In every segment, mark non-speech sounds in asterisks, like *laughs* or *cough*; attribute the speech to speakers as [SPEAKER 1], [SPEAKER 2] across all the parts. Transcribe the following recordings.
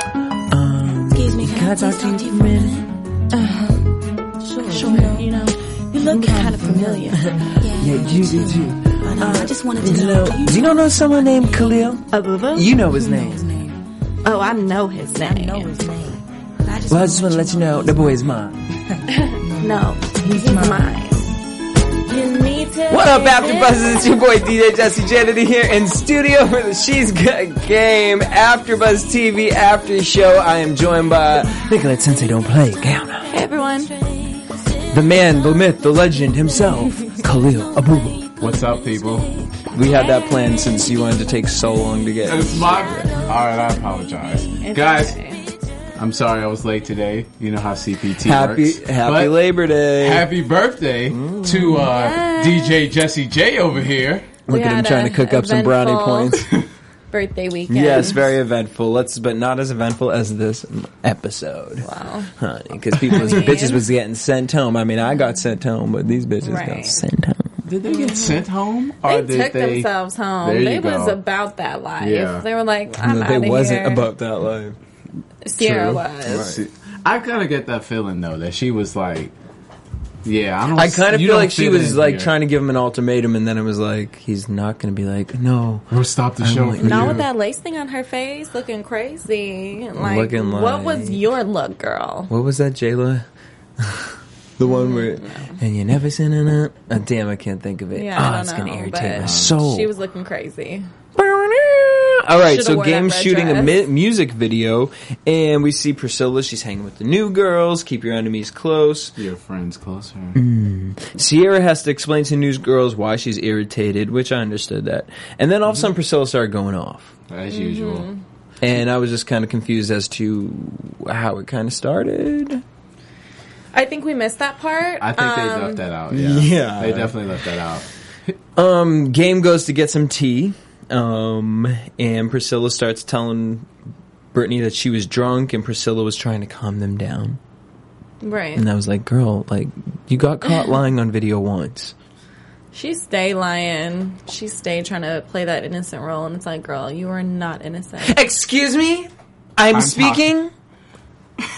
[SPEAKER 1] Excuse me,
[SPEAKER 2] Can I talk to you for a minute?
[SPEAKER 1] Sure,
[SPEAKER 2] Sure, you know, you look kind of familiar.
[SPEAKER 1] Yeah,
[SPEAKER 3] Yeah, you do too.
[SPEAKER 1] I, know. I just wanted to
[SPEAKER 3] You
[SPEAKER 1] know.
[SPEAKER 3] know, do you know know someone named Khalil?
[SPEAKER 2] A boo-boo?
[SPEAKER 3] You know his name.
[SPEAKER 2] Oh, I know his name.
[SPEAKER 1] I know his name. But I just
[SPEAKER 3] Well, I just want to let you know the boy is mine.
[SPEAKER 2] No, he's mine. You need to.
[SPEAKER 3] What up, After Buzzers? It's your boy DJ Jesse Janity here in studio for the She's Got Game After Buzz TV After Show. I am joined by Nicola Sensei Don't Play Gowna,
[SPEAKER 2] Hey, everyone.
[SPEAKER 3] the man, the myth, the legend himself, Khalil Abubu.
[SPEAKER 4] What's up, people?
[SPEAKER 3] We had that plan since you wanted to take so long to get.
[SPEAKER 4] It's my. All right, I apologize, guys. I'm sorry I was late today. You know how CPT
[SPEAKER 3] Happy
[SPEAKER 4] works.
[SPEAKER 3] Happy Mm.
[SPEAKER 4] But
[SPEAKER 3] Labor Day.
[SPEAKER 4] Happy birthday to uh, DJ Jesse J over here.
[SPEAKER 3] Look at him
[SPEAKER 5] had
[SPEAKER 3] trying
[SPEAKER 5] a
[SPEAKER 3] to cook up some brownie
[SPEAKER 5] eventful
[SPEAKER 3] points.
[SPEAKER 5] birthday weekend.
[SPEAKER 3] Yes, very eventful. Let's, but not as eventful as this episode,
[SPEAKER 5] Wow.
[SPEAKER 3] honey. Because people, was- bitches was getting sent home. I mean, I got sent home, but these bitches got
[SPEAKER 5] Right.
[SPEAKER 3] sent home.
[SPEAKER 4] Did they get sent home?
[SPEAKER 5] They
[SPEAKER 4] Mm. Or did
[SPEAKER 5] took
[SPEAKER 4] they?
[SPEAKER 5] themselves home.
[SPEAKER 4] There you
[SPEAKER 5] they was
[SPEAKER 4] go.
[SPEAKER 5] about that life.
[SPEAKER 4] Yeah.
[SPEAKER 5] They were like, I'm
[SPEAKER 3] No,
[SPEAKER 5] out
[SPEAKER 3] they
[SPEAKER 5] of
[SPEAKER 3] wasn't
[SPEAKER 5] here.
[SPEAKER 3] about that life.
[SPEAKER 5] Sierra
[SPEAKER 3] True.
[SPEAKER 5] was.
[SPEAKER 4] See, I kind of get that feeling though that she was like, yeah, I don't.
[SPEAKER 3] I kind of
[SPEAKER 4] you
[SPEAKER 3] feel
[SPEAKER 4] don't
[SPEAKER 3] like she
[SPEAKER 4] fit
[SPEAKER 3] was
[SPEAKER 4] in
[SPEAKER 3] like
[SPEAKER 4] here.
[SPEAKER 3] trying to give him an ultimatum, and then it was like he's not going to be like, no,
[SPEAKER 4] We'll stop the
[SPEAKER 3] I'm
[SPEAKER 4] show.
[SPEAKER 3] like-
[SPEAKER 4] for
[SPEAKER 5] Not
[SPEAKER 4] you.
[SPEAKER 5] with that lace thing on her face, looking crazy. Like,
[SPEAKER 3] Looking
[SPEAKER 5] what
[SPEAKER 3] like-
[SPEAKER 5] was your look, girl?
[SPEAKER 3] what was that, Jayla? *laughs* the
[SPEAKER 5] Mm,
[SPEAKER 3] one where and you never seen it. Uh, damn, I can't think of it.
[SPEAKER 5] Yeah,
[SPEAKER 3] Ah,
[SPEAKER 5] I don't
[SPEAKER 3] it's
[SPEAKER 5] know.
[SPEAKER 3] going to irritate
[SPEAKER 5] but
[SPEAKER 3] my soul.
[SPEAKER 5] She was looking crazy.
[SPEAKER 3] All right,
[SPEAKER 5] Should've
[SPEAKER 3] so
[SPEAKER 5] wore that
[SPEAKER 3] Game's
[SPEAKER 5] red
[SPEAKER 3] shooting a
[SPEAKER 5] dress.
[SPEAKER 3] mi- music video, and we see Priscilla. She's hanging with the new girls. Keep your enemies close.
[SPEAKER 4] Your friends closer.
[SPEAKER 3] Mm-hmm. Sierra has to explain to new girls why she's irritated, which I understood that. And then all of
[SPEAKER 5] Mm-hmm.
[SPEAKER 3] a sudden, Priscilla started going off,
[SPEAKER 4] As usual.
[SPEAKER 3] and I was just kind of confused as to how it kind of started.
[SPEAKER 5] I think we missed that part.
[SPEAKER 4] I think they
[SPEAKER 5] Um,
[SPEAKER 4] left that out. Yeah.
[SPEAKER 3] yeah.
[SPEAKER 4] They definitely left that out.
[SPEAKER 3] Um, Game goes to get some tea, um, and Priscilla starts telling Brittany that she was drunk, and Priscilla was trying to calm them down.
[SPEAKER 5] Right.
[SPEAKER 3] And I was like, girl, like, you got *laughs* caught lying on video once.
[SPEAKER 5] She stayed lying. She stayed trying to play that innocent role, and it's like, girl, you are not innocent.
[SPEAKER 3] Excuse me? I'm,
[SPEAKER 4] speaking?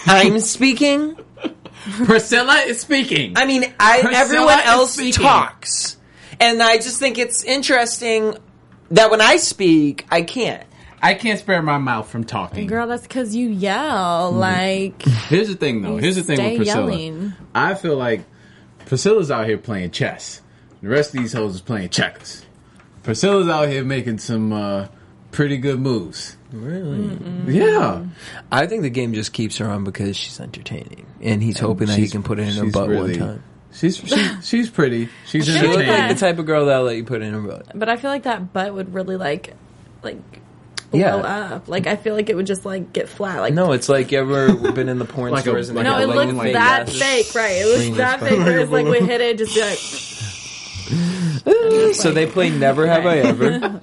[SPEAKER 3] I'm speaking?
[SPEAKER 4] *laughs* Priscilla is speaking.
[SPEAKER 3] I mean, I,
[SPEAKER 4] Priscilla
[SPEAKER 3] everyone
[SPEAKER 4] is
[SPEAKER 3] else
[SPEAKER 4] speaking.
[SPEAKER 3] talks. And I just think it's interesting that when I speak, I can't.
[SPEAKER 4] I can't spare my mouth from talking.
[SPEAKER 5] Girl, that's because you yell.
[SPEAKER 3] Mm.
[SPEAKER 5] Like,
[SPEAKER 4] Here's the thing, though. Here's the thing
[SPEAKER 5] stay
[SPEAKER 4] with Priscilla.
[SPEAKER 5] yelling.
[SPEAKER 4] I feel like Priscilla's out here playing chess. The rest of these hoes is playing checkers. Priscilla's out here making some uh, pretty good moves.
[SPEAKER 3] Really?
[SPEAKER 5] Mm-hmm.
[SPEAKER 4] Yeah,
[SPEAKER 3] I think the game just keeps her on because she's entertaining. And he's hoping that he
[SPEAKER 4] She's-
[SPEAKER 3] can put it in her
[SPEAKER 4] she's
[SPEAKER 3] butt
[SPEAKER 4] really-
[SPEAKER 3] one time.
[SPEAKER 5] *laughs*
[SPEAKER 4] She's she, she's pretty. She's
[SPEAKER 3] She looked like the
[SPEAKER 4] entertaining.
[SPEAKER 3] type of girl that'll let you put it in her butt.
[SPEAKER 5] but I feel like that butt would really like, like, blow
[SPEAKER 3] Yeah.
[SPEAKER 5] up. Like, I feel like it would just like get flat. Like,
[SPEAKER 3] No, it's like you *laughs* ever been in the porn
[SPEAKER 4] Like a-
[SPEAKER 3] stores and they
[SPEAKER 4] like
[SPEAKER 5] no,
[SPEAKER 3] got
[SPEAKER 4] a
[SPEAKER 5] it
[SPEAKER 3] like
[SPEAKER 5] looks
[SPEAKER 3] fake
[SPEAKER 5] that
[SPEAKER 3] asses.
[SPEAKER 5] fake, right? It looks
[SPEAKER 3] Fingers
[SPEAKER 5] that
[SPEAKER 3] fucked.
[SPEAKER 5] fake. Where it's like
[SPEAKER 3] *laughs*
[SPEAKER 5] we hit it, just be like,
[SPEAKER 3] So they play Never Have I *laughs* Ever.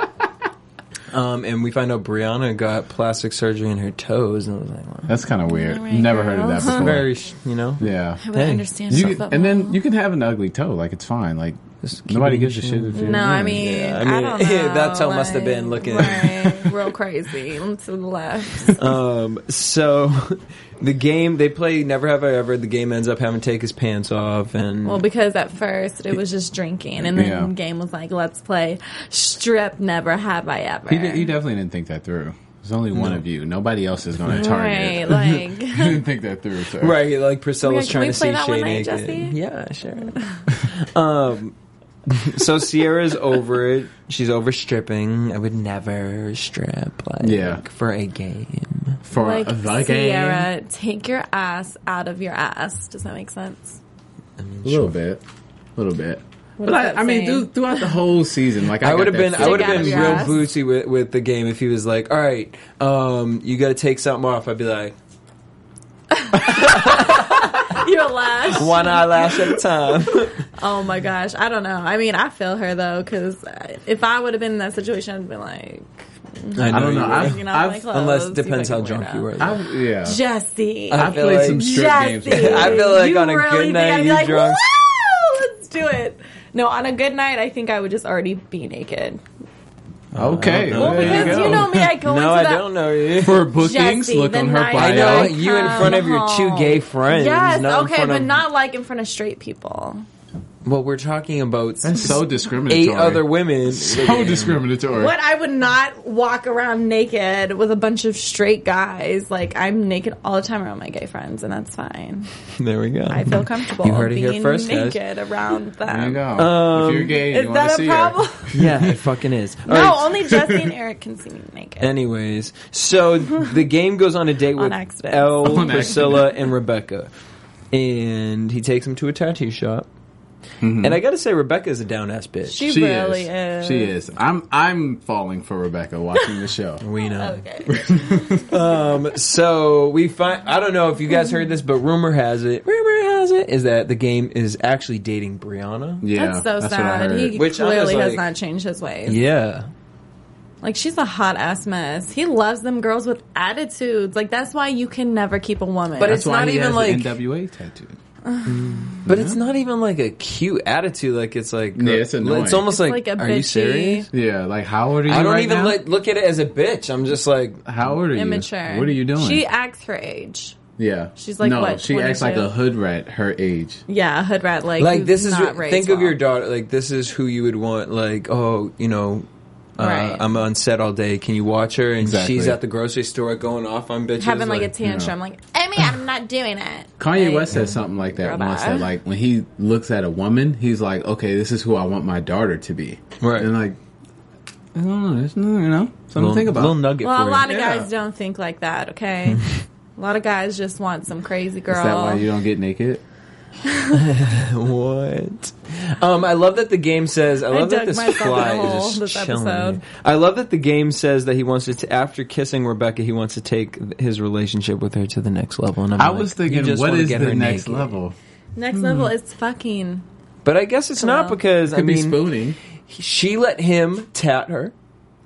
[SPEAKER 3] Um, and we find out Brianna got plastic surgery in her toes, and I was like, wow.
[SPEAKER 4] That's kind of weird. Never heard of that before.
[SPEAKER 3] very, sh- you know,
[SPEAKER 4] yeah.
[SPEAKER 5] I
[SPEAKER 3] Hey.
[SPEAKER 5] understand.
[SPEAKER 4] You can, and then you can have an ugly toe, like it's fine. Like
[SPEAKER 3] Just keep it
[SPEAKER 4] nobody
[SPEAKER 3] in
[SPEAKER 4] gives a
[SPEAKER 3] your
[SPEAKER 4] shit.
[SPEAKER 3] shoe.
[SPEAKER 4] If you're
[SPEAKER 5] no, I
[SPEAKER 4] annoying.
[SPEAKER 5] mean,
[SPEAKER 3] Mm, *laughs* Yeah, I
[SPEAKER 5] I,
[SPEAKER 3] mean,
[SPEAKER 5] don't know.
[SPEAKER 3] that toe must have been looking-
[SPEAKER 5] right,
[SPEAKER 3] *laughs*
[SPEAKER 5] real crazy. *laughs* To the left,
[SPEAKER 3] Um, so *laughs* the game they play Never Have I Ever. The game ends up having to take his pants off, and
[SPEAKER 5] well, because at first it was just drinking, and then
[SPEAKER 4] Yeah.
[SPEAKER 5] game was like, "Let's play strip." Never have I ever.
[SPEAKER 4] He, did, he definitely didn't think that through. There's only one of you. Nobody else is going to target.
[SPEAKER 5] Right,
[SPEAKER 3] *laughs*
[SPEAKER 5] *laughs* like.
[SPEAKER 4] he *laughs* didn't think that through. Sir.
[SPEAKER 3] right, like Priscilla's
[SPEAKER 5] Can
[SPEAKER 3] trying
[SPEAKER 5] we
[SPEAKER 3] to
[SPEAKER 5] play
[SPEAKER 3] see
[SPEAKER 5] that
[SPEAKER 3] Shay
[SPEAKER 5] one night,
[SPEAKER 3] naked.
[SPEAKER 5] Jesse?
[SPEAKER 3] Yeah, sure. um, so Sierra's over it. She's over stripping. I would never strip like
[SPEAKER 4] Yeah.
[SPEAKER 3] for a game.
[SPEAKER 4] for
[SPEAKER 5] Like,
[SPEAKER 4] the game.
[SPEAKER 5] Sierra, take your ass out of your ass. Does that make sense? *laughs*
[SPEAKER 4] A little bit, a little bit. but
[SPEAKER 5] is
[SPEAKER 4] I,
[SPEAKER 5] that
[SPEAKER 4] I
[SPEAKER 5] saying?
[SPEAKER 4] mean, through, throughout the whole season, like I,
[SPEAKER 3] I would have been I would
[SPEAKER 5] Stick
[SPEAKER 3] have
[SPEAKER 5] out
[SPEAKER 3] been real
[SPEAKER 5] of your ass.
[SPEAKER 3] boozy with, with the game if he was like, "All right, um, you got to take something off." I'd be like,
[SPEAKER 5] You're lash.
[SPEAKER 3] "One eyelash at a
[SPEAKER 4] *laughs*
[SPEAKER 3] time."
[SPEAKER 5] Oh my gosh, I don't know. I mean, I feel her though, because if I would have been in that situation, I'd be like,
[SPEAKER 4] I don't know.
[SPEAKER 3] you would.
[SPEAKER 4] I've,
[SPEAKER 5] taking off my
[SPEAKER 4] I've,
[SPEAKER 5] clothes.
[SPEAKER 3] Unless
[SPEAKER 5] you
[SPEAKER 3] depends how
[SPEAKER 5] fucking
[SPEAKER 3] drunk you
[SPEAKER 5] weirdo.
[SPEAKER 3] were. though.
[SPEAKER 4] I've, yeah.
[SPEAKER 5] Jesse.
[SPEAKER 4] I've
[SPEAKER 3] feel
[SPEAKER 4] played
[SPEAKER 3] like-
[SPEAKER 4] some strip games.
[SPEAKER 3] *laughs*
[SPEAKER 5] Jesse,
[SPEAKER 3] I feel like on a good
[SPEAKER 5] think
[SPEAKER 3] night,
[SPEAKER 5] I'd be
[SPEAKER 3] you
[SPEAKER 5] like,
[SPEAKER 3] drunk.
[SPEAKER 5] "Woo, let's do it. No, on a good night, I think I would just already be naked.
[SPEAKER 4] Okay,
[SPEAKER 3] Well,
[SPEAKER 4] there
[SPEAKER 5] Because
[SPEAKER 4] you
[SPEAKER 5] you,
[SPEAKER 4] go.
[SPEAKER 5] know me, I go
[SPEAKER 3] *laughs*
[SPEAKER 5] into
[SPEAKER 3] no, I
[SPEAKER 5] that.
[SPEAKER 3] don't know you.
[SPEAKER 4] For bookings,
[SPEAKER 5] Jesse,
[SPEAKER 4] look
[SPEAKER 5] the
[SPEAKER 4] on her
[SPEAKER 5] night
[SPEAKER 4] bio.
[SPEAKER 3] I know
[SPEAKER 5] Like,
[SPEAKER 3] you in front of your two
[SPEAKER 5] come
[SPEAKER 3] gay friends.
[SPEAKER 5] Yes,
[SPEAKER 3] not in
[SPEAKER 5] okay,
[SPEAKER 3] front
[SPEAKER 5] but
[SPEAKER 3] of-
[SPEAKER 5] not like in front of straight people.
[SPEAKER 3] *laughs* Well, we're talking about
[SPEAKER 4] That's so
[SPEAKER 3] eight
[SPEAKER 4] discriminatory.
[SPEAKER 3] other women.
[SPEAKER 4] *laughs* So discriminatory.
[SPEAKER 5] What I would not walk around naked with a bunch of straight guys. Like I'm naked all the time around my gay friends, and that's fine.
[SPEAKER 3] There we go.
[SPEAKER 5] I feel
[SPEAKER 3] *laughs*
[SPEAKER 5] comfortable
[SPEAKER 3] You heard it here
[SPEAKER 5] being
[SPEAKER 3] first, guys.
[SPEAKER 5] naked around
[SPEAKER 4] There
[SPEAKER 5] them.
[SPEAKER 4] you go.
[SPEAKER 3] Um,
[SPEAKER 4] if you're gay, and
[SPEAKER 5] Is
[SPEAKER 4] you want to
[SPEAKER 5] that a
[SPEAKER 4] see
[SPEAKER 5] problem? *laughs*
[SPEAKER 4] *laughs* her.
[SPEAKER 3] yeah, it fucking is. All
[SPEAKER 5] No,
[SPEAKER 3] right,
[SPEAKER 5] only Jesse
[SPEAKER 3] *laughs*
[SPEAKER 5] and Eric can see me naked.
[SPEAKER 3] Anyways,
[SPEAKER 5] *laughs*
[SPEAKER 3] so the game goes on a date with
[SPEAKER 5] accident.
[SPEAKER 3] Elle,
[SPEAKER 4] *laughs* On accident.
[SPEAKER 3] Priscilla, and Rebecca, and he takes them to a tattoo shop.
[SPEAKER 4] Mm-hmm.
[SPEAKER 3] And I gotta say, Rebecca is a down ass bitch.
[SPEAKER 5] she, really is.
[SPEAKER 4] She is. I'm. I'm falling for Rebecca watching the show.
[SPEAKER 3] *laughs* we know.
[SPEAKER 5] Okay.
[SPEAKER 3] So we find. I don't know if you guys heard this, but rumor has it. Rumor has it is that the game is actually dating Brianna.
[SPEAKER 4] Yeah,
[SPEAKER 5] that's so
[SPEAKER 4] that's what I
[SPEAKER 5] sad.
[SPEAKER 4] heard.
[SPEAKER 5] He
[SPEAKER 3] Which I was
[SPEAKER 5] clearly has
[SPEAKER 3] like-
[SPEAKER 5] not changed his ways.
[SPEAKER 3] Yeah.
[SPEAKER 5] Like she's a hot ass mess. He loves them girls with attitudes. Like that's why you can never keep a woman.
[SPEAKER 3] But
[SPEAKER 4] that's
[SPEAKER 3] it's
[SPEAKER 4] why
[SPEAKER 3] not
[SPEAKER 4] he
[SPEAKER 3] even
[SPEAKER 4] has
[SPEAKER 3] like-
[SPEAKER 4] the NWA tattoo.
[SPEAKER 3] But it's not even like a cute attitude. Like it's like uh,
[SPEAKER 4] Yeah, it's annoying.
[SPEAKER 3] it's almost
[SPEAKER 5] It's
[SPEAKER 3] like,
[SPEAKER 5] like a
[SPEAKER 3] are you
[SPEAKER 5] bitchy-
[SPEAKER 3] serious?
[SPEAKER 4] Yeah, like how old are you?
[SPEAKER 3] I don't
[SPEAKER 4] right
[SPEAKER 3] even
[SPEAKER 4] now?
[SPEAKER 3] like look at it as a bitch. I'm just like
[SPEAKER 4] How old are you?
[SPEAKER 5] immature.
[SPEAKER 4] What are you doing?
[SPEAKER 5] She acts her age.
[SPEAKER 4] yeah,
[SPEAKER 5] she's like,
[SPEAKER 4] no.
[SPEAKER 5] what,
[SPEAKER 4] she acts like
[SPEAKER 5] 22?
[SPEAKER 4] a hood rat her age.
[SPEAKER 5] Yeah, a hood rat. Like
[SPEAKER 3] like
[SPEAKER 5] who's
[SPEAKER 3] this is
[SPEAKER 5] not
[SPEAKER 3] your-
[SPEAKER 5] raised
[SPEAKER 3] think of
[SPEAKER 5] well.
[SPEAKER 3] your daughter. Like this is who you would want. Like oh you know. Uh,
[SPEAKER 5] Right.
[SPEAKER 3] I'm on set all day. Can you watch her? And
[SPEAKER 4] Exactly.
[SPEAKER 3] she's at the grocery store going off on bitches.
[SPEAKER 5] having like, a
[SPEAKER 3] like,
[SPEAKER 5] tantrum. Like Emmy, I'm not doing it.
[SPEAKER 4] Kanye
[SPEAKER 5] Like,
[SPEAKER 4] West said something like that
[SPEAKER 5] Girl
[SPEAKER 4] once.
[SPEAKER 5] bye.
[SPEAKER 4] That like when he looks at a woman, he's like, okay, this is who I want my daughter to be.
[SPEAKER 3] Right.
[SPEAKER 4] And like, I don't know. It's, you know, something
[SPEAKER 3] little,
[SPEAKER 4] to think about.
[SPEAKER 3] little nugget.
[SPEAKER 5] Well,
[SPEAKER 3] for
[SPEAKER 5] a
[SPEAKER 3] you.
[SPEAKER 5] lot of
[SPEAKER 4] Yeah.
[SPEAKER 5] guys don't think like that. Okay, a lot of guys just want some crazy girl.
[SPEAKER 4] Is that why you don't get naked?
[SPEAKER 3] *laughs* What? Um, I love that the game says. I love that
[SPEAKER 5] dug
[SPEAKER 3] this
[SPEAKER 5] myself in a
[SPEAKER 3] fly
[SPEAKER 5] hole
[SPEAKER 3] is
[SPEAKER 5] this
[SPEAKER 3] just chilling.
[SPEAKER 5] episode.
[SPEAKER 3] I love that the game says that he wants to. t- after kissing Rebecca, he wants to take his relationship with her to the next level. And I'm
[SPEAKER 4] I
[SPEAKER 3] like,
[SPEAKER 4] was
[SPEAKER 3] you
[SPEAKER 4] thinking,
[SPEAKER 3] just
[SPEAKER 4] what
[SPEAKER 3] wanna
[SPEAKER 4] is
[SPEAKER 3] get
[SPEAKER 4] the
[SPEAKER 3] her
[SPEAKER 4] next
[SPEAKER 3] naked.
[SPEAKER 4] level?
[SPEAKER 5] Next
[SPEAKER 3] Hmm.
[SPEAKER 5] level is fucking.
[SPEAKER 3] But I guess it's not
[SPEAKER 5] on.
[SPEAKER 3] because I
[SPEAKER 4] Could be
[SPEAKER 3] mean
[SPEAKER 4] spooning.
[SPEAKER 3] she let him tat her,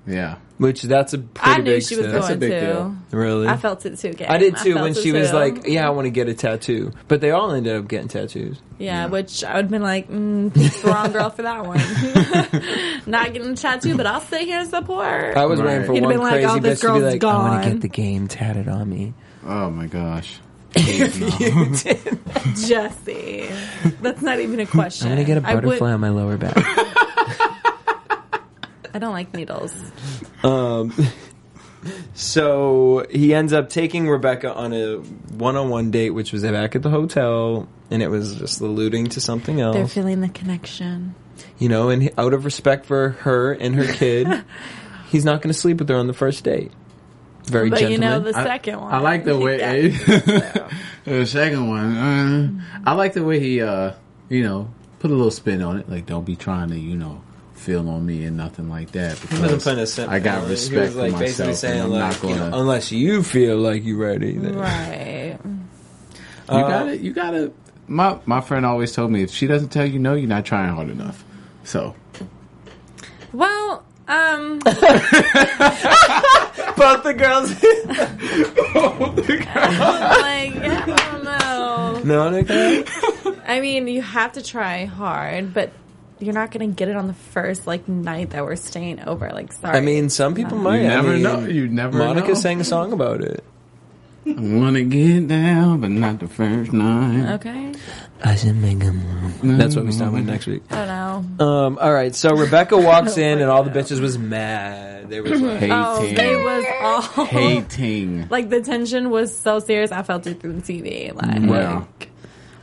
[SPEAKER 4] Yeah.
[SPEAKER 3] which that's a pretty
[SPEAKER 5] I knew
[SPEAKER 3] big
[SPEAKER 5] she was
[SPEAKER 3] step.
[SPEAKER 4] a
[SPEAKER 5] going
[SPEAKER 4] big
[SPEAKER 5] to.
[SPEAKER 4] deal.
[SPEAKER 3] Really,
[SPEAKER 5] I felt it too, Gabe.
[SPEAKER 3] I did too
[SPEAKER 5] felt
[SPEAKER 3] when
[SPEAKER 5] it
[SPEAKER 3] she was
[SPEAKER 5] too.
[SPEAKER 3] like, "Yeah, I want to get a tattoo," but they all ended up getting tattoos.
[SPEAKER 5] Yeah, which I would have been like, mm, picked the wrong girl for
[SPEAKER 3] *laughs*
[SPEAKER 5] that one. Not getting a tattoo, but I'll sit here and support.
[SPEAKER 3] I was
[SPEAKER 4] Right.
[SPEAKER 3] waiting for
[SPEAKER 4] He'd
[SPEAKER 3] one
[SPEAKER 5] been like,
[SPEAKER 3] crazy
[SPEAKER 5] "Oh,
[SPEAKER 3] bitch
[SPEAKER 5] this
[SPEAKER 3] to be
[SPEAKER 5] girl's
[SPEAKER 3] like, "I want to
[SPEAKER 5] gone."
[SPEAKER 3] get the game tatted on me."
[SPEAKER 4] Oh
[SPEAKER 5] *laughs*
[SPEAKER 4] my gosh.
[SPEAKER 5] Jesse. That's not even a question.
[SPEAKER 3] I'm gonna get a
[SPEAKER 5] I would-
[SPEAKER 3] butterfly on my lower back.
[SPEAKER 5] I don't like needles.
[SPEAKER 3] *laughs* So he ends up taking Rebecca on a one-on-one date, which was back at the hotel, and it was just alluding to something
[SPEAKER 5] They're
[SPEAKER 3] else,
[SPEAKER 5] feeling the connection.
[SPEAKER 3] you know. And he- out of respect for her and her
[SPEAKER 5] *laughs*
[SPEAKER 3] kid, he's not going to sleep with her on the first date. Very
[SPEAKER 5] But you
[SPEAKER 3] gentleman.
[SPEAKER 5] know, *laughs* the second one.
[SPEAKER 4] I like the
[SPEAKER 5] *laughs*
[SPEAKER 4] way eh,
[SPEAKER 5] Yeah.
[SPEAKER 4] *laughs* the second one. Uh, I like the way he, uh, you know, put a little spin on it. Like, don't be trying to, you know, feel on me and nothing like that.
[SPEAKER 3] Wasn't
[SPEAKER 4] Because
[SPEAKER 3] putting a sentiment
[SPEAKER 4] I got
[SPEAKER 3] on it.
[SPEAKER 4] respect
[SPEAKER 3] He was like
[SPEAKER 4] for
[SPEAKER 3] basically
[SPEAKER 4] myself.
[SPEAKER 3] saying,
[SPEAKER 4] and I'm
[SPEAKER 3] like,
[SPEAKER 4] not gonna.
[SPEAKER 3] you know, unless you feel like you're ready, then
[SPEAKER 5] Right.
[SPEAKER 4] You
[SPEAKER 3] uh,
[SPEAKER 4] gotta, you gotta. My my friend always told me if she doesn't tell you no, you're not trying hard enough. So
[SPEAKER 5] Well, um,
[SPEAKER 3] both the girls. *laughs*
[SPEAKER 5] like, I don't know.
[SPEAKER 3] no, Nicole?
[SPEAKER 5] I mean, you have to try hard, but you're not going to get it on the first like night that we're staying over. Like, sorry.
[SPEAKER 3] I mean, some people might.
[SPEAKER 4] you never
[SPEAKER 3] Oh, I mean,
[SPEAKER 4] know. You never.
[SPEAKER 3] Monica
[SPEAKER 4] know.
[SPEAKER 3] sang a song about it.
[SPEAKER 4] "Wanna get down, but not the first night."
[SPEAKER 5] okay,
[SPEAKER 3] I should make a
[SPEAKER 4] Mm-hmm.
[SPEAKER 3] move. That's what we start with next week.
[SPEAKER 5] I don't know.
[SPEAKER 3] Um, all right, so Rebecca
[SPEAKER 5] *laughs*
[SPEAKER 3] walks in and all the bitches was mad.
[SPEAKER 5] *clears throat*
[SPEAKER 3] They was like,
[SPEAKER 5] Oh, they
[SPEAKER 4] Hating,
[SPEAKER 5] was all *laughs*
[SPEAKER 4] hating.
[SPEAKER 5] like the tension was so serious. I felt it through the TV. Like,
[SPEAKER 4] Wow.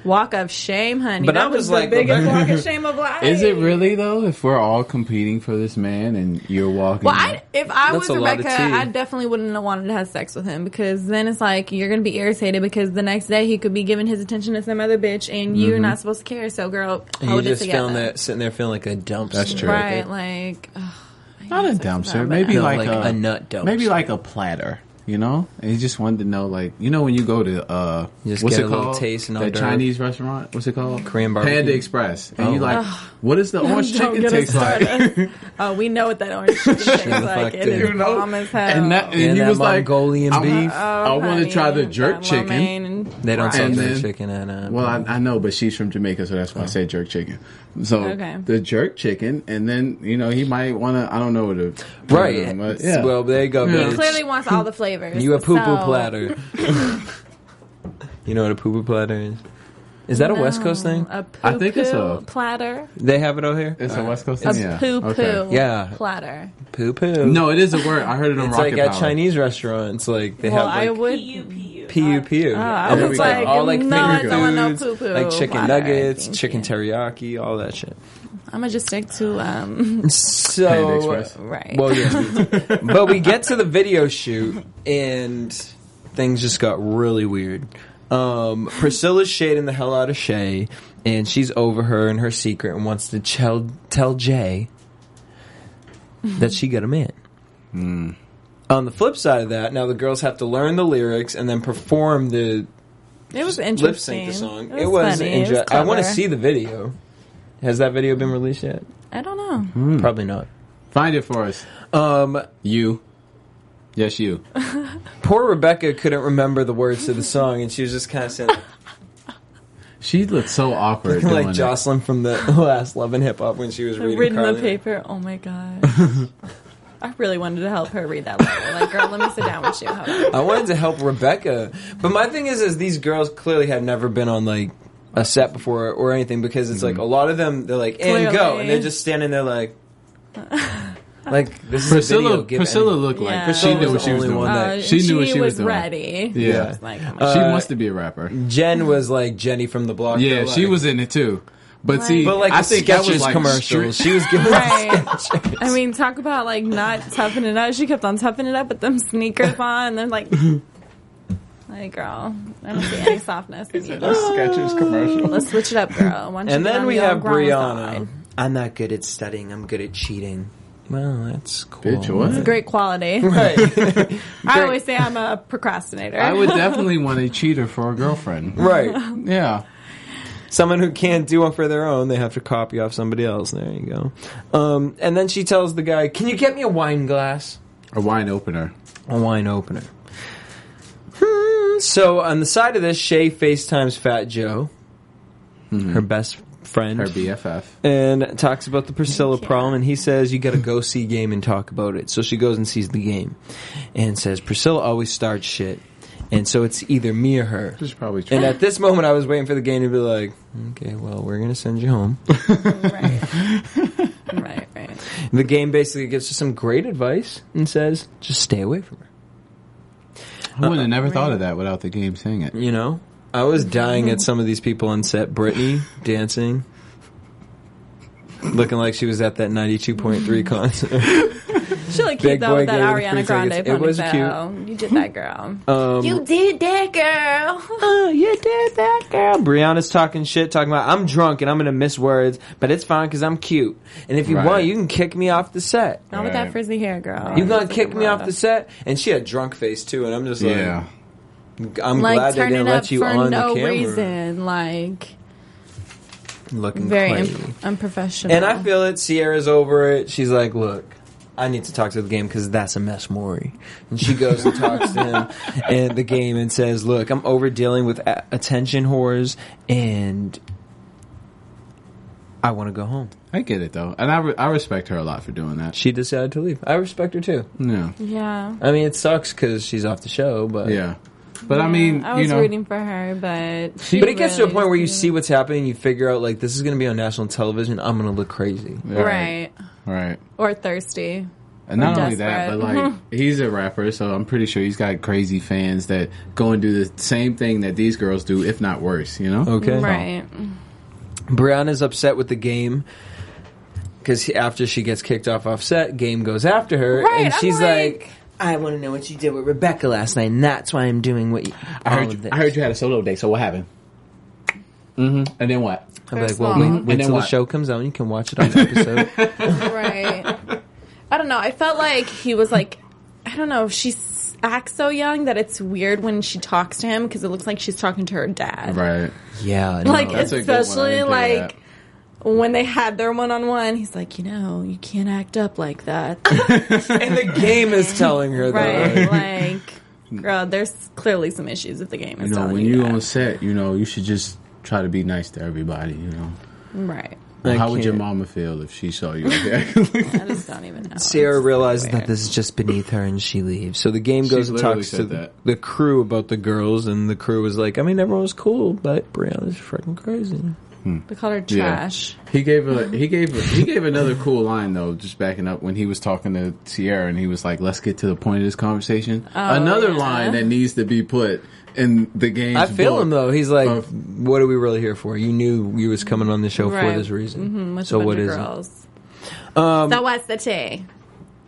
[SPEAKER 5] Walk of shame, honey.
[SPEAKER 3] But
[SPEAKER 5] that
[SPEAKER 3] I was
[SPEAKER 5] the
[SPEAKER 3] like,
[SPEAKER 5] biggest
[SPEAKER 3] Rebecca- *laughs*
[SPEAKER 5] walk of shame of life.
[SPEAKER 4] Is it really though? If we're all competing for this man and you're walking,
[SPEAKER 5] Well, I, if I
[SPEAKER 3] That's
[SPEAKER 5] was
[SPEAKER 3] a lot of
[SPEAKER 5] Rebecca,
[SPEAKER 3] tea.
[SPEAKER 5] I definitely wouldn't have wanted to have sex with him because then it's like you're gonna be irritated because the next day he could be giving his attention to some other bitch and you're not supposed to care. So, girl,
[SPEAKER 3] Mm-hmm. And you
[SPEAKER 5] hold it
[SPEAKER 3] just
[SPEAKER 5] together.
[SPEAKER 3] feeling that sitting there feeling like a dumpster.
[SPEAKER 4] That's true.
[SPEAKER 5] right? Like, ugh, I
[SPEAKER 4] not a
[SPEAKER 5] hate sex with
[SPEAKER 4] dumpster,
[SPEAKER 5] him,
[SPEAKER 4] maybe
[SPEAKER 3] No,
[SPEAKER 4] like,
[SPEAKER 3] like
[SPEAKER 4] a,
[SPEAKER 3] a nut dumpster.
[SPEAKER 4] maybe like a platter. You know, and he just wanted to know, like, you know, when you go to uh,
[SPEAKER 3] You just
[SPEAKER 4] what's
[SPEAKER 3] get
[SPEAKER 4] it
[SPEAKER 3] a little
[SPEAKER 4] called?
[SPEAKER 3] taste and hors
[SPEAKER 4] that
[SPEAKER 3] d'oeuvre.
[SPEAKER 4] Chinese restaurant. What's it called?
[SPEAKER 3] Korean barbecue.
[SPEAKER 4] Panda Express. And
[SPEAKER 3] Oh.
[SPEAKER 4] you like, what
[SPEAKER 5] *laughs*
[SPEAKER 4] does the orange
[SPEAKER 5] Don't
[SPEAKER 4] chicken
[SPEAKER 5] get us
[SPEAKER 4] taste like?
[SPEAKER 3] *laughs*
[SPEAKER 5] Oh, we know what that orange chicken tastes like.
[SPEAKER 3] fuck
[SPEAKER 5] It
[SPEAKER 3] did.
[SPEAKER 5] is
[SPEAKER 4] *laughs* You know?
[SPEAKER 5] bomb as hell.
[SPEAKER 4] And that, and,
[SPEAKER 3] And
[SPEAKER 4] he
[SPEAKER 3] that
[SPEAKER 4] was like,
[SPEAKER 3] Mongolian
[SPEAKER 4] I'm-
[SPEAKER 5] oh,
[SPEAKER 3] beef.
[SPEAKER 4] I want to try the jerk chicken.
[SPEAKER 3] They don't sell
[SPEAKER 4] And
[SPEAKER 3] jerk
[SPEAKER 4] then-
[SPEAKER 3] chicken at uh,
[SPEAKER 4] Well, I, I know, but she's from Jamaica, so
[SPEAKER 3] Oh.
[SPEAKER 4] that's why I said jerk chicken. So
[SPEAKER 5] Okay.
[SPEAKER 4] the jerk chicken, and then you know he might want to. I don't know what to.
[SPEAKER 3] right.
[SPEAKER 4] but, yeah.
[SPEAKER 3] Well, there you go.
[SPEAKER 4] Yeah.
[SPEAKER 3] bitch.
[SPEAKER 5] He clearly wants all the flavors.
[SPEAKER 3] you a poo poo
[SPEAKER 5] so-
[SPEAKER 3] platter. you know what a poo poo platter is? Is that a West Coast thing?
[SPEAKER 5] A poo
[SPEAKER 4] I think it's a-
[SPEAKER 5] platter.
[SPEAKER 3] They have it over here.
[SPEAKER 4] it's a West Coast
[SPEAKER 5] A
[SPEAKER 4] thing. yeah.
[SPEAKER 5] poo poo
[SPEAKER 4] Okay.
[SPEAKER 3] Yeah.
[SPEAKER 5] platter.
[SPEAKER 3] Poo poo.
[SPEAKER 4] No, it is a word. I heard it on
[SPEAKER 3] it's
[SPEAKER 4] Rocket
[SPEAKER 3] like at
[SPEAKER 4] Power.
[SPEAKER 3] Chinese restaurants. Like they
[SPEAKER 5] Well, I
[SPEAKER 3] have like
[SPEAKER 5] would. Oh,
[SPEAKER 3] pu pu.
[SPEAKER 5] I
[SPEAKER 4] There
[SPEAKER 5] was
[SPEAKER 4] we go.
[SPEAKER 5] like,
[SPEAKER 4] All,
[SPEAKER 3] like,
[SPEAKER 5] no, I
[SPEAKER 4] finger
[SPEAKER 5] don't want no
[SPEAKER 3] foods,
[SPEAKER 5] poo poo.
[SPEAKER 3] like chicken nuggets, chicken teriyaki, all that shit.
[SPEAKER 5] I'm gonna just stick to um. *laughs*
[SPEAKER 3] So
[SPEAKER 4] Panda Express.
[SPEAKER 5] Right.
[SPEAKER 3] Well, yeah. but we get to the video shoot, and things just got really weird. Um, Priscilla's shading the hell out of Shay, and she's over her and her secret, and wants to tell tell Jay that she got a man. On the flip side of that, now the girls have to learn the lyrics and then perform the
[SPEAKER 5] it was
[SPEAKER 3] lip
[SPEAKER 5] interesting.
[SPEAKER 3] sync the song.
[SPEAKER 5] It was. funny. It
[SPEAKER 3] enjoy-
[SPEAKER 5] was
[SPEAKER 3] I want to
[SPEAKER 5] clever.
[SPEAKER 3] see the video. Has that video been released yet?
[SPEAKER 5] I don't know.
[SPEAKER 3] Probably not.
[SPEAKER 4] Find it for us.
[SPEAKER 3] Um,
[SPEAKER 4] You. Yes, you.
[SPEAKER 3] poor Rebecca couldn't remember the words to the song, and she was just kind
[SPEAKER 4] *laughs*
[SPEAKER 3] of saying
[SPEAKER 4] She looked so awkward.
[SPEAKER 3] *laughs*
[SPEAKER 4] doing
[SPEAKER 3] like
[SPEAKER 4] it.
[SPEAKER 3] Jocelyn from the *laughs* last Love and Hip Hop when she was reading,
[SPEAKER 5] Reading the
[SPEAKER 3] Carly.
[SPEAKER 5] paper. Oh my god. I really wanted to help her read that letter. Like, girl, let me sit down with you. How about-
[SPEAKER 3] I wanted to help Rebecca, but my thing is, is these girls clearly have never been on like a set before or anything because it's
[SPEAKER 4] Mm-hmm.
[SPEAKER 3] like a lot of them they're like and go,
[SPEAKER 5] Clearly.
[SPEAKER 3] and they're just standing there
[SPEAKER 5] *laughs*
[SPEAKER 3] like, like this is a
[SPEAKER 4] Priscilla.
[SPEAKER 3] video. give
[SPEAKER 4] Priscilla
[SPEAKER 3] any-
[SPEAKER 4] looked like
[SPEAKER 5] Yeah.
[SPEAKER 4] she
[SPEAKER 5] Priscilla
[SPEAKER 4] knew
[SPEAKER 3] was
[SPEAKER 4] what
[SPEAKER 3] the
[SPEAKER 4] she was
[SPEAKER 3] only
[SPEAKER 4] doing.
[SPEAKER 3] one that-
[SPEAKER 5] Uh,
[SPEAKER 4] she knew what she was doing.
[SPEAKER 5] ready.
[SPEAKER 4] Yeah.
[SPEAKER 5] She was like, oh my
[SPEAKER 4] she
[SPEAKER 5] God.
[SPEAKER 3] Uh,
[SPEAKER 4] wants to be a rapper.
[SPEAKER 3] Jen was like Jenny from the block.
[SPEAKER 4] Yeah,
[SPEAKER 3] but,
[SPEAKER 4] she
[SPEAKER 3] like-
[SPEAKER 4] was in it too. But see,
[SPEAKER 3] But like
[SPEAKER 4] I
[SPEAKER 3] the Skechers
[SPEAKER 4] think that was like
[SPEAKER 3] commercials, she was
[SPEAKER 4] *laughs*
[SPEAKER 3] giving. *laughs*
[SPEAKER 5] Right. I mean, talk about like not toughing it up. She kept on toughing it up with them *laughs* sneakers on, and then like,
[SPEAKER 3] Mm-hmm.
[SPEAKER 5] like girl, I don't see any softness in you.
[SPEAKER 3] *laughs*
[SPEAKER 5] Oh.
[SPEAKER 4] Skechers commercial.
[SPEAKER 5] Let's switch it up, girl. Why don't you
[SPEAKER 3] And
[SPEAKER 5] get
[SPEAKER 3] then
[SPEAKER 5] on
[SPEAKER 3] we
[SPEAKER 5] your
[SPEAKER 3] have
[SPEAKER 5] own grandma's
[SPEAKER 3] Brianna.
[SPEAKER 5] side?
[SPEAKER 3] I'm not good at studying. I'm good at cheating. Well, that's cool.
[SPEAKER 4] Bitch, what?
[SPEAKER 5] Great
[SPEAKER 3] *laughs*
[SPEAKER 5] quality.
[SPEAKER 3] Right,
[SPEAKER 5] I always say I'm a procrastinator.
[SPEAKER 4] I would definitely want a cheater for a girlfriend.
[SPEAKER 3] right.
[SPEAKER 4] Yeah.
[SPEAKER 3] Someone who can't do it for their own, they have to copy off somebody else. There you go. Um, and then she tells the guy, "Can you get me a wine glass,
[SPEAKER 4] A wine opener.
[SPEAKER 3] a wine opener?" Hmm. So on the side of this, Shay FaceTimes Fat Joe, her best friend,
[SPEAKER 4] Her BFF.
[SPEAKER 3] and talks about the Priscilla problem. And he says, "You got to go see game and talk about it." So she goes and sees the game, and says, "Priscilla always starts shit, and so it's either me or her."
[SPEAKER 4] She's probably true.
[SPEAKER 3] And at this moment, I was waiting for the game to be like, "Okay, well, we're gonna send you home."
[SPEAKER 5] right. right, right.
[SPEAKER 3] the game basically gives her some great advice and says, "Just stay away from her."
[SPEAKER 4] I wouldn't have never thought of that without the game saying it.
[SPEAKER 3] You know, I was dying at some of these people on set. Brittany dancing, looking like she was at that ninety-two point three concert. *laughs*
[SPEAKER 5] She looked
[SPEAKER 3] Big
[SPEAKER 5] cute though
[SPEAKER 3] boy
[SPEAKER 5] with that
[SPEAKER 3] gave her free
[SPEAKER 5] Ariana Grande
[SPEAKER 3] tickets.
[SPEAKER 5] ponytail.
[SPEAKER 3] It was Um,
[SPEAKER 5] You did that, girl.
[SPEAKER 2] You did that, girl.
[SPEAKER 3] Oh, you did that, girl. Brianna's talking shit, talking about I'm drunk and I'm gonna miss words, but it's fine because I'm cute. And if you
[SPEAKER 4] Right.
[SPEAKER 3] want, you can kick me off the set.
[SPEAKER 5] Not with
[SPEAKER 4] Right.
[SPEAKER 5] that frizzy hair, girl.
[SPEAKER 3] You gonna kick me off the set? And she had drunk face too, and I'm just like,
[SPEAKER 4] Yeah.
[SPEAKER 3] I'm glad
[SPEAKER 5] like
[SPEAKER 3] they
[SPEAKER 5] turn
[SPEAKER 3] didn't
[SPEAKER 5] it up
[SPEAKER 3] let you
[SPEAKER 5] for
[SPEAKER 3] on
[SPEAKER 5] no
[SPEAKER 3] the camera.
[SPEAKER 5] reason. Like
[SPEAKER 3] Looking
[SPEAKER 5] very
[SPEAKER 3] crazy.
[SPEAKER 5] un- unprofessional.
[SPEAKER 3] and I feel it. Sierra's over it. She's like, look. I need to talk to the game because that's a mess, Maury. And she goes and talks to him and the game and says, "Look, I'm over dealing with a- attention whores, and I want to go home."
[SPEAKER 4] I get it though. And I, re- I respect her a lot for doing that.
[SPEAKER 3] she decided to leave. I respect her too.
[SPEAKER 4] Yeah.
[SPEAKER 5] yeah.
[SPEAKER 3] I mean, it sucks because she's off the show, but
[SPEAKER 4] Yeah. But I mean,
[SPEAKER 5] I was
[SPEAKER 4] you know.
[SPEAKER 5] rooting for her, but she
[SPEAKER 3] But it gets to a
[SPEAKER 5] really
[SPEAKER 3] point where you
[SPEAKER 5] is
[SPEAKER 3] see what's happening, you figure out like this is going to be on national television. I'm going to look crazy.
[SPEAKER 4] Yeah,
[SPEAKER 5] cute. right
[SPEAKER 4] Right.
[SPEAKER 5] or thirsty.
[SPEAKER 4] And not
[SPEAKER 5] Or
[SPEAKER 4] only that, but
[SPEAKER 5] desperate. *laughs*
[SPEAKER 4] like he's a rapper, so I'm pretty sure he's got crazy fans that go and do the same thing that these girls do, if not worse. You know?
[SPEAKER 3] Okay.
[SPEAKER 5] Right.
[SPEAKER 3] Brianna is upset with the game because after she gets kicked off offset, game goes after her,
[SPEAKER 5] Right,
[SPEAKER 3] and
[SPEAKER 5] I'm
[SPEAKER 3] she's
[SPEAKER 5] like-
[SPEAKER 3] like, "I want to know what you did with Rebecca last night, and that's why I'm doing what you."
[SPEAKER 4] I
[SPEAKER 3] all
[SPEAKER 4] heard. You,
[SPEAKER 3] of this."
[SPEAKER 4] I heard you had a solo day. So what happened? Mm-hmm. And then what?
[SPEAKER 3] I'm like,
[SPEAKER 5] First
[SPEAKER 3] well,
[SPEAKER 5] of all.
[SPEAKER 3] wait, wait
[SPEAKER 4] And then
[SPEAKER 3] till the
[SPEAKER 4] what?
[SPEAKER 3] show comes out, and you can watch it on the episode.
[SPEAKER 4] *laughs*
[SPEAKER 5] Right. I don't know. I felt like he was like, I don't know. She s- acts so young that it's weird when she talks to him because it looks like she's talking to her dad.
[SPEAKER 4] Right.
[SPEAKER 3] *laughs* yeah, no.
[SPEAKER 5] Like
[SPEAKER 4] That's a good one. I
[SPEAKER 5] especially
[SPEAKER 4] didn't get
[SPEAKER 5] like when they had their one on one. He's like, you know, you can't act up like that.
[SPEAKER 3] and *laughs* the game is telling her that.
[SPEAKER 5] right.
[SPEAKER 3] *laughs*
[SPEAKER 5] like, girl, there's clearly some issues with the game.
[SPEAKER 4] You know, when you on set, you know, you should just try to be nice to everybody. You know.
[SPEAKER 5] right.
[SPEAKER 3] I
[SPEAKER 4] How would your
[SPEAKER 3] can't.
[SPEAKER 4] mama feel if she *laughs* saw you? out there?
[SPEAKER 5] I just don't even know.
[SPEAKER 3] Sarah
[SPEAKER 5] It's
[SPEAKER 3] realizes that
[SPEAKER 5] weird.
[SPEAKER 3] this is just beneath her, and she leaves. So the game goes and
[SPEAKER 4] literally
[SPEAKER 3] talks to
[SPEAKER 4] said
[SPEAKER 3] the,
[SPEAKER 4] that.
[SPEAKER 3] the crew about the girls, and the crew was like, "I mean, everyone was cool, but Brianna's freaking crazy."
[SPEAKER 5] They call her
[SPEAKER 4] Yeah.
[SPEAKER 5] trash.
[SPEAKER 4] He gave a he gave a, he gave another cool line though. Just backing up when he was talking to Sierra and he was like, "Let's get to the point of this conversation."
[SPEAKER 3] Oh,
[SPEAKER 4] another
[SPEAKER 5] yeah.
[SPEAKER 4] line that needs to be put in the game.
[SPEAKER 3] I feel him though. He's like,
[SPEAKER 4] of-
[SPEAKER 3] "What are we really here for? You knew you was coming on the show for
[SPEAKER 5] Right.
[SPEAKER 3] this reason.
[SPEAKER 5] Mm, with
[SPEAKER 3] so
[SPEAKER 5] a bunch
[SPEAKER 3] what
[SPEAKER 5] of
[SPEAKER 3] is it?"
[SPEAKER 5] girls.
[SPEAKER 3] Um,
[SPEAKER 5] so what's the tea?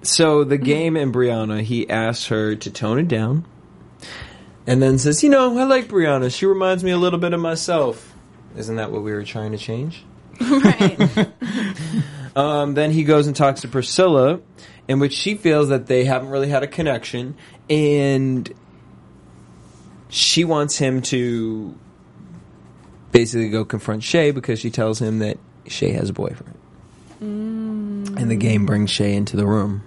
[SPEAKER 3] So
[SPEAKER 5] Mm-hmm.
[SPEAKER 3] the game and Brianna, he asks her to tone it down, and then says, "You know, I like Brianna. She reminds me a little bit of myself. Isn't that what we were trying to change?"
[SPEAKER 5] Right.
[SPEAKER 3] *laughs* Um, then he goes and talks to Priscilla, in which she feels that they haven't really had a connection, and she wants him to basically go confront Shay because she tells him that Shay has a boyfriend. And the game brings Shay into the room,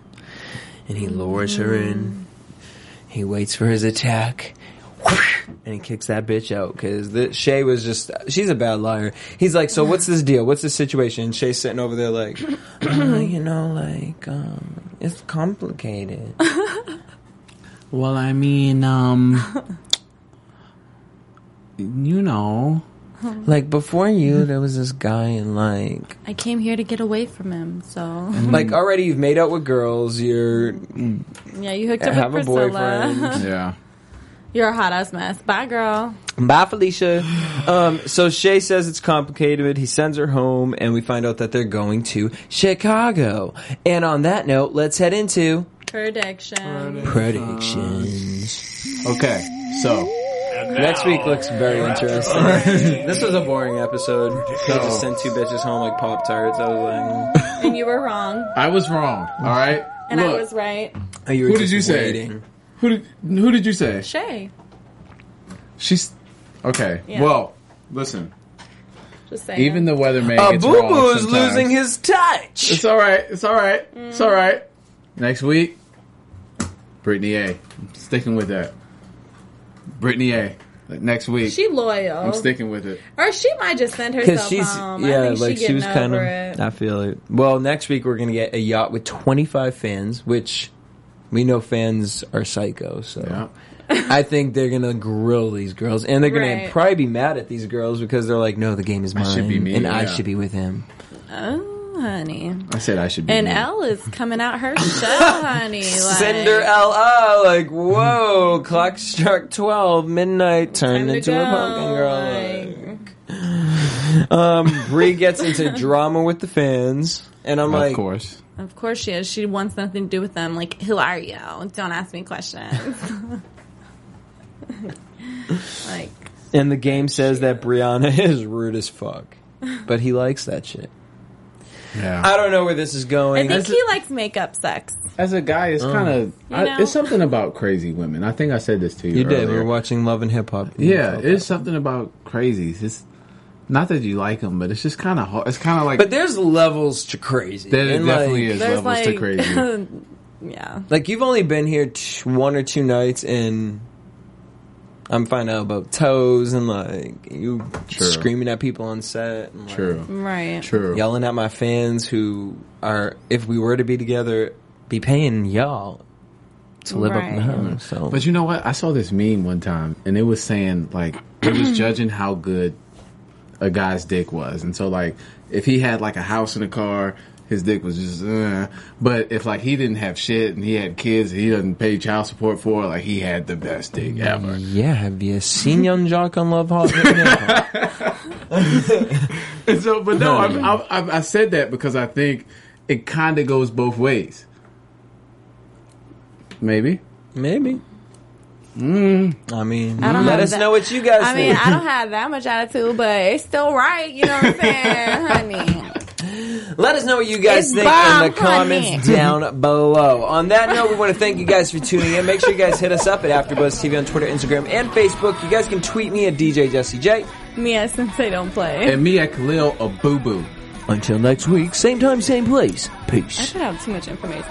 [SPEAKER 3] and he lures her in. He waits for his attack. And he kicks that bitch out because Shay was just, she's a bad liar. He's like, So what's this deal? What's this situation? And Shay's sitting over there like, "Uh, You know, like, um, it's complicated. *laughs*
[SPEAKER 4] Well, I mean, um,
[SPEAKER 3] *laughs*
[SPEAKER 4] you know,
[SPEAKER 3] Like, before you, there was this guy in like,
[SPEAKER 5] I came here to get away from him, so
[SPEAKER 4] Mm-hmm.
[SPEAKER 3] Like already, you've made out with girls. You're
[SPEAKER 5] yeah, you hooked up
[SPEAKER 3] have a
[SPEAKER 5] with Priscilla.
[SPEAKER 3] boyfriend.
[SPEAKER 4] yeah.
[SPEAKER 5] *laughs* You're a hot ass mess. Bye, girl.
[SPEAKER 3] Bye, Felicia. Um, so Shay says it's complicated. He sends her home, and we find out that they're going to Chicago. And on that note, let's head into
[SPEAKER 5] Prediction.
[SPEAKER 3] predictions.
[SPEAKER 4] Okay, so
[SPEAKER 3] Next week looks very interesting.
[SPEAKER 4] *laughs*
[SPEAKER 3] this was a boring episode. They just sent two bitches home like pop tarts. I was
[SPEAKER 4] *laughs*
[SPEAKER 3] like,
[SPEAKER 5] and you were wrong,
[SPEAKER 4] I was wrong. All right,
[SPEAKER 5] and
[SPEAKER 4] look,
[SPEAKER 5] I was right.
[SPEAKER 3] oh, you were
[SPEAKER 4] Who did
[SPEAKER 3] just
[SPEAKER 4] you say?
[SPEAKER 3] waiting.
[SPEAKER 4] who did who did you say?
[SPEAKER 5] Shay,
[SPEAKER 4] She's okay.
[SPEAKER 5] Yeah.
[SPEAKER 4] Well, listen,
[SPEAKER 5] just saying.
[SPEAKER 4] even the weatherman.
[SPEAKER 3] Uh,
[SPEAKER 4] gets
[SPEAKER 3] Boo
[SPEAKER 4] wrong
[SPEAKER 3] Boo is
[SPEAKER 4] sometimes.
[SPEAKER 3] losing his touch.
[SPEAKER 4] It's all right. It's all right. It's all right. Next week, Brittany A. I'm sticking with that. Brittany A. Like, Next week,
[SPEAKER 5] she loyal,
[SPEAKER 4] I'm sticking with it.
[SPEAKER 5] or she might just send
[SPEAKER 3] Because
[SPEAKER 5] herself
[SPEAKER 3] she's
[SPEAKER 5] home. I
[SPEAKER 3] yeah,
[SPEAKER 5] think
[SPEAKER 3] like she
[SPEAKER 5] getting
[SPEAKER 3] was Ah. kind of.
[SPEAKER 5] over it.
[SPEAKER 3] I feel it. Well, next week we're gonna get a yacht with twenty five fans, which we know fans are psycho. So
[SPEAKER 4] Yeah.
[SPEAKER 3] I think they're gonna grill these girls, and they're gonna
[SPEAKER 5] Right.
[SPEAKER 3] probably be mad at these girls because they're like, "No, the game is mine,
[SPEAKER 4] should be me,
[SPEAKER 3] and I
[SPEAKER 4] yeah.
[SPEAKER 3] should be with him."
[SPEAKER 5] Oh, honey.
[SPEAKER 4] I said I should be.
[SPEAKER 5] And
[SPEAKER 4] me.
[SPEAKER 5] Elle is coming out her shell, honey. Like,
[SPEAKER 3] Cinder LL, like,
[SPEAKER 4] *laughs*
[SPEAKER 3] whoa, clock struck twelve, midnight,
[SPEAKER 5] time
[SPEAKER 3] turned into
[SPEAKER 5] to
[SPEAKER 3] a
[SPEAKER 5] go,
[SPEAKER 3] pumpkin girl.
[SPEAKER 5] like-
[SPEAKER 3] Bree gets into drama with the fans, and I'm
[SPEAKER 4] of
[SPEAKER 3] like,
[SPEAKER 4] course.
[SPEAKER 5] Of course she is. She wants nothing to do with them. Like, who are you? Don't ask me questions. *laughs* like,
[SPEAKER 3] And the game says that Brianna *laughs* is rude as fuck. But he likes that shit.
[SPEAKER 4] Yeah.
[SPEAKER 3] I don't know where this is
[SPEAKER 5] I
[SPEAKER 3] going.
[SPEAKER 5] think he likes makeup sex.
[SPEAKER 4] As a guy,
[SPEAKER 3] Uh,
[SPEAKER 4] it's kind of
[SPEAKER 5] know.
[SPEAKER 4] it's something about crazy women. I think I said this to you.
[SPEAKER 3] you did. We
[SPEAKER 4] earlier.
[SPEAKER 3] were watching Love and Hip Hop.
[SPEAKER 4] yeah, it's something about crazies. It's not that you like them, but it's just kind of hard. It's kind of like
[SPEAKER 3] But there's levels to crazy.
[SPEAKER 4] there
[SPEAKER 3] And,
[SPEAKER 4] definitely
[SPEAKER 3] like,
[SPEAKER 4] is
[SPEAKER 5] There's like,
[SPEAKER 4] levels to crazy.
[SPEAKER 5] yeah.
[SPEAKER 3] Like, you've only been here t- one or two nights, and I'm finding out about toes and, like, you
[SPEAKER 4] True.
[SPEAKER 3] screaming at people on set. And, like,
[SPEAKER 4] True.
[SPEAKER 5] Right.
[SPEAKER 4] True.
[SPEAKER 3] Yelling at my fans who are, if we were to be together, be paying y'all to live up in the
[SPEAKER 5] Right.
[SPEAKER 3] home. So.
[SPEAKER 4] But you know what? I saw this meme one time, and it was saying like it was judging how good a guy's dick was, and so like if he had like a house and a car his dick was just. Uh. But if like he didn't have shit and he had kids, and he doesn't pay child support for. Like he had the best dick ever.
[SPEAKER 3] Yeah, have you seen Young Jock on Love *laughs* Hot? Hip
[SPEAKER 4] And so, but no, I've, I've, I've, I said that because I think it kind of goes both ways. Maybe.
[SPEAKER 3] Maybe. I mean,
[SPEAKER 5] I
[SPEAKER 3] let
[SPEAKER 5] don't know
[SPEAKER 3] us
[SPEAKER 5] that-
[SPEAKER 3] know what you guys
[SPEAKER 5] I mean,
[SPEAKER 3] think.
[SPEAKER 5] I don't have that much attitude, but it's still right. You know what I'm saying,
[SPEAKER 3] *laughs*
[SPEAKER 5] honey?
[SPEAKER 3] Let us know what you guys
[SPEAKER 5] It's
[SPEAKER 3] think
[SPEAKER 5] bomb,
[SPEAKER 3] in the comments
[SPEAKER 5] honey. *laughs*
[SPEAKER 3] down below. On that note, we want to thank you guys for tuning in. Make sure you guys hit us up at AfterBuzz TV on Twitter, Instagram, and Facebook. You guys can tweet me at DJ Jesse J.
[SPEAKER 5] Mia, since they don't play.
[SPEAKER 4] And me at Khalil a boo boo.
[SPEAKER 3] Until next week, same time, same place. Peace.
[SPEAKER 5] I should have too much information.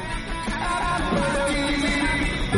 [SPEAKER 6] The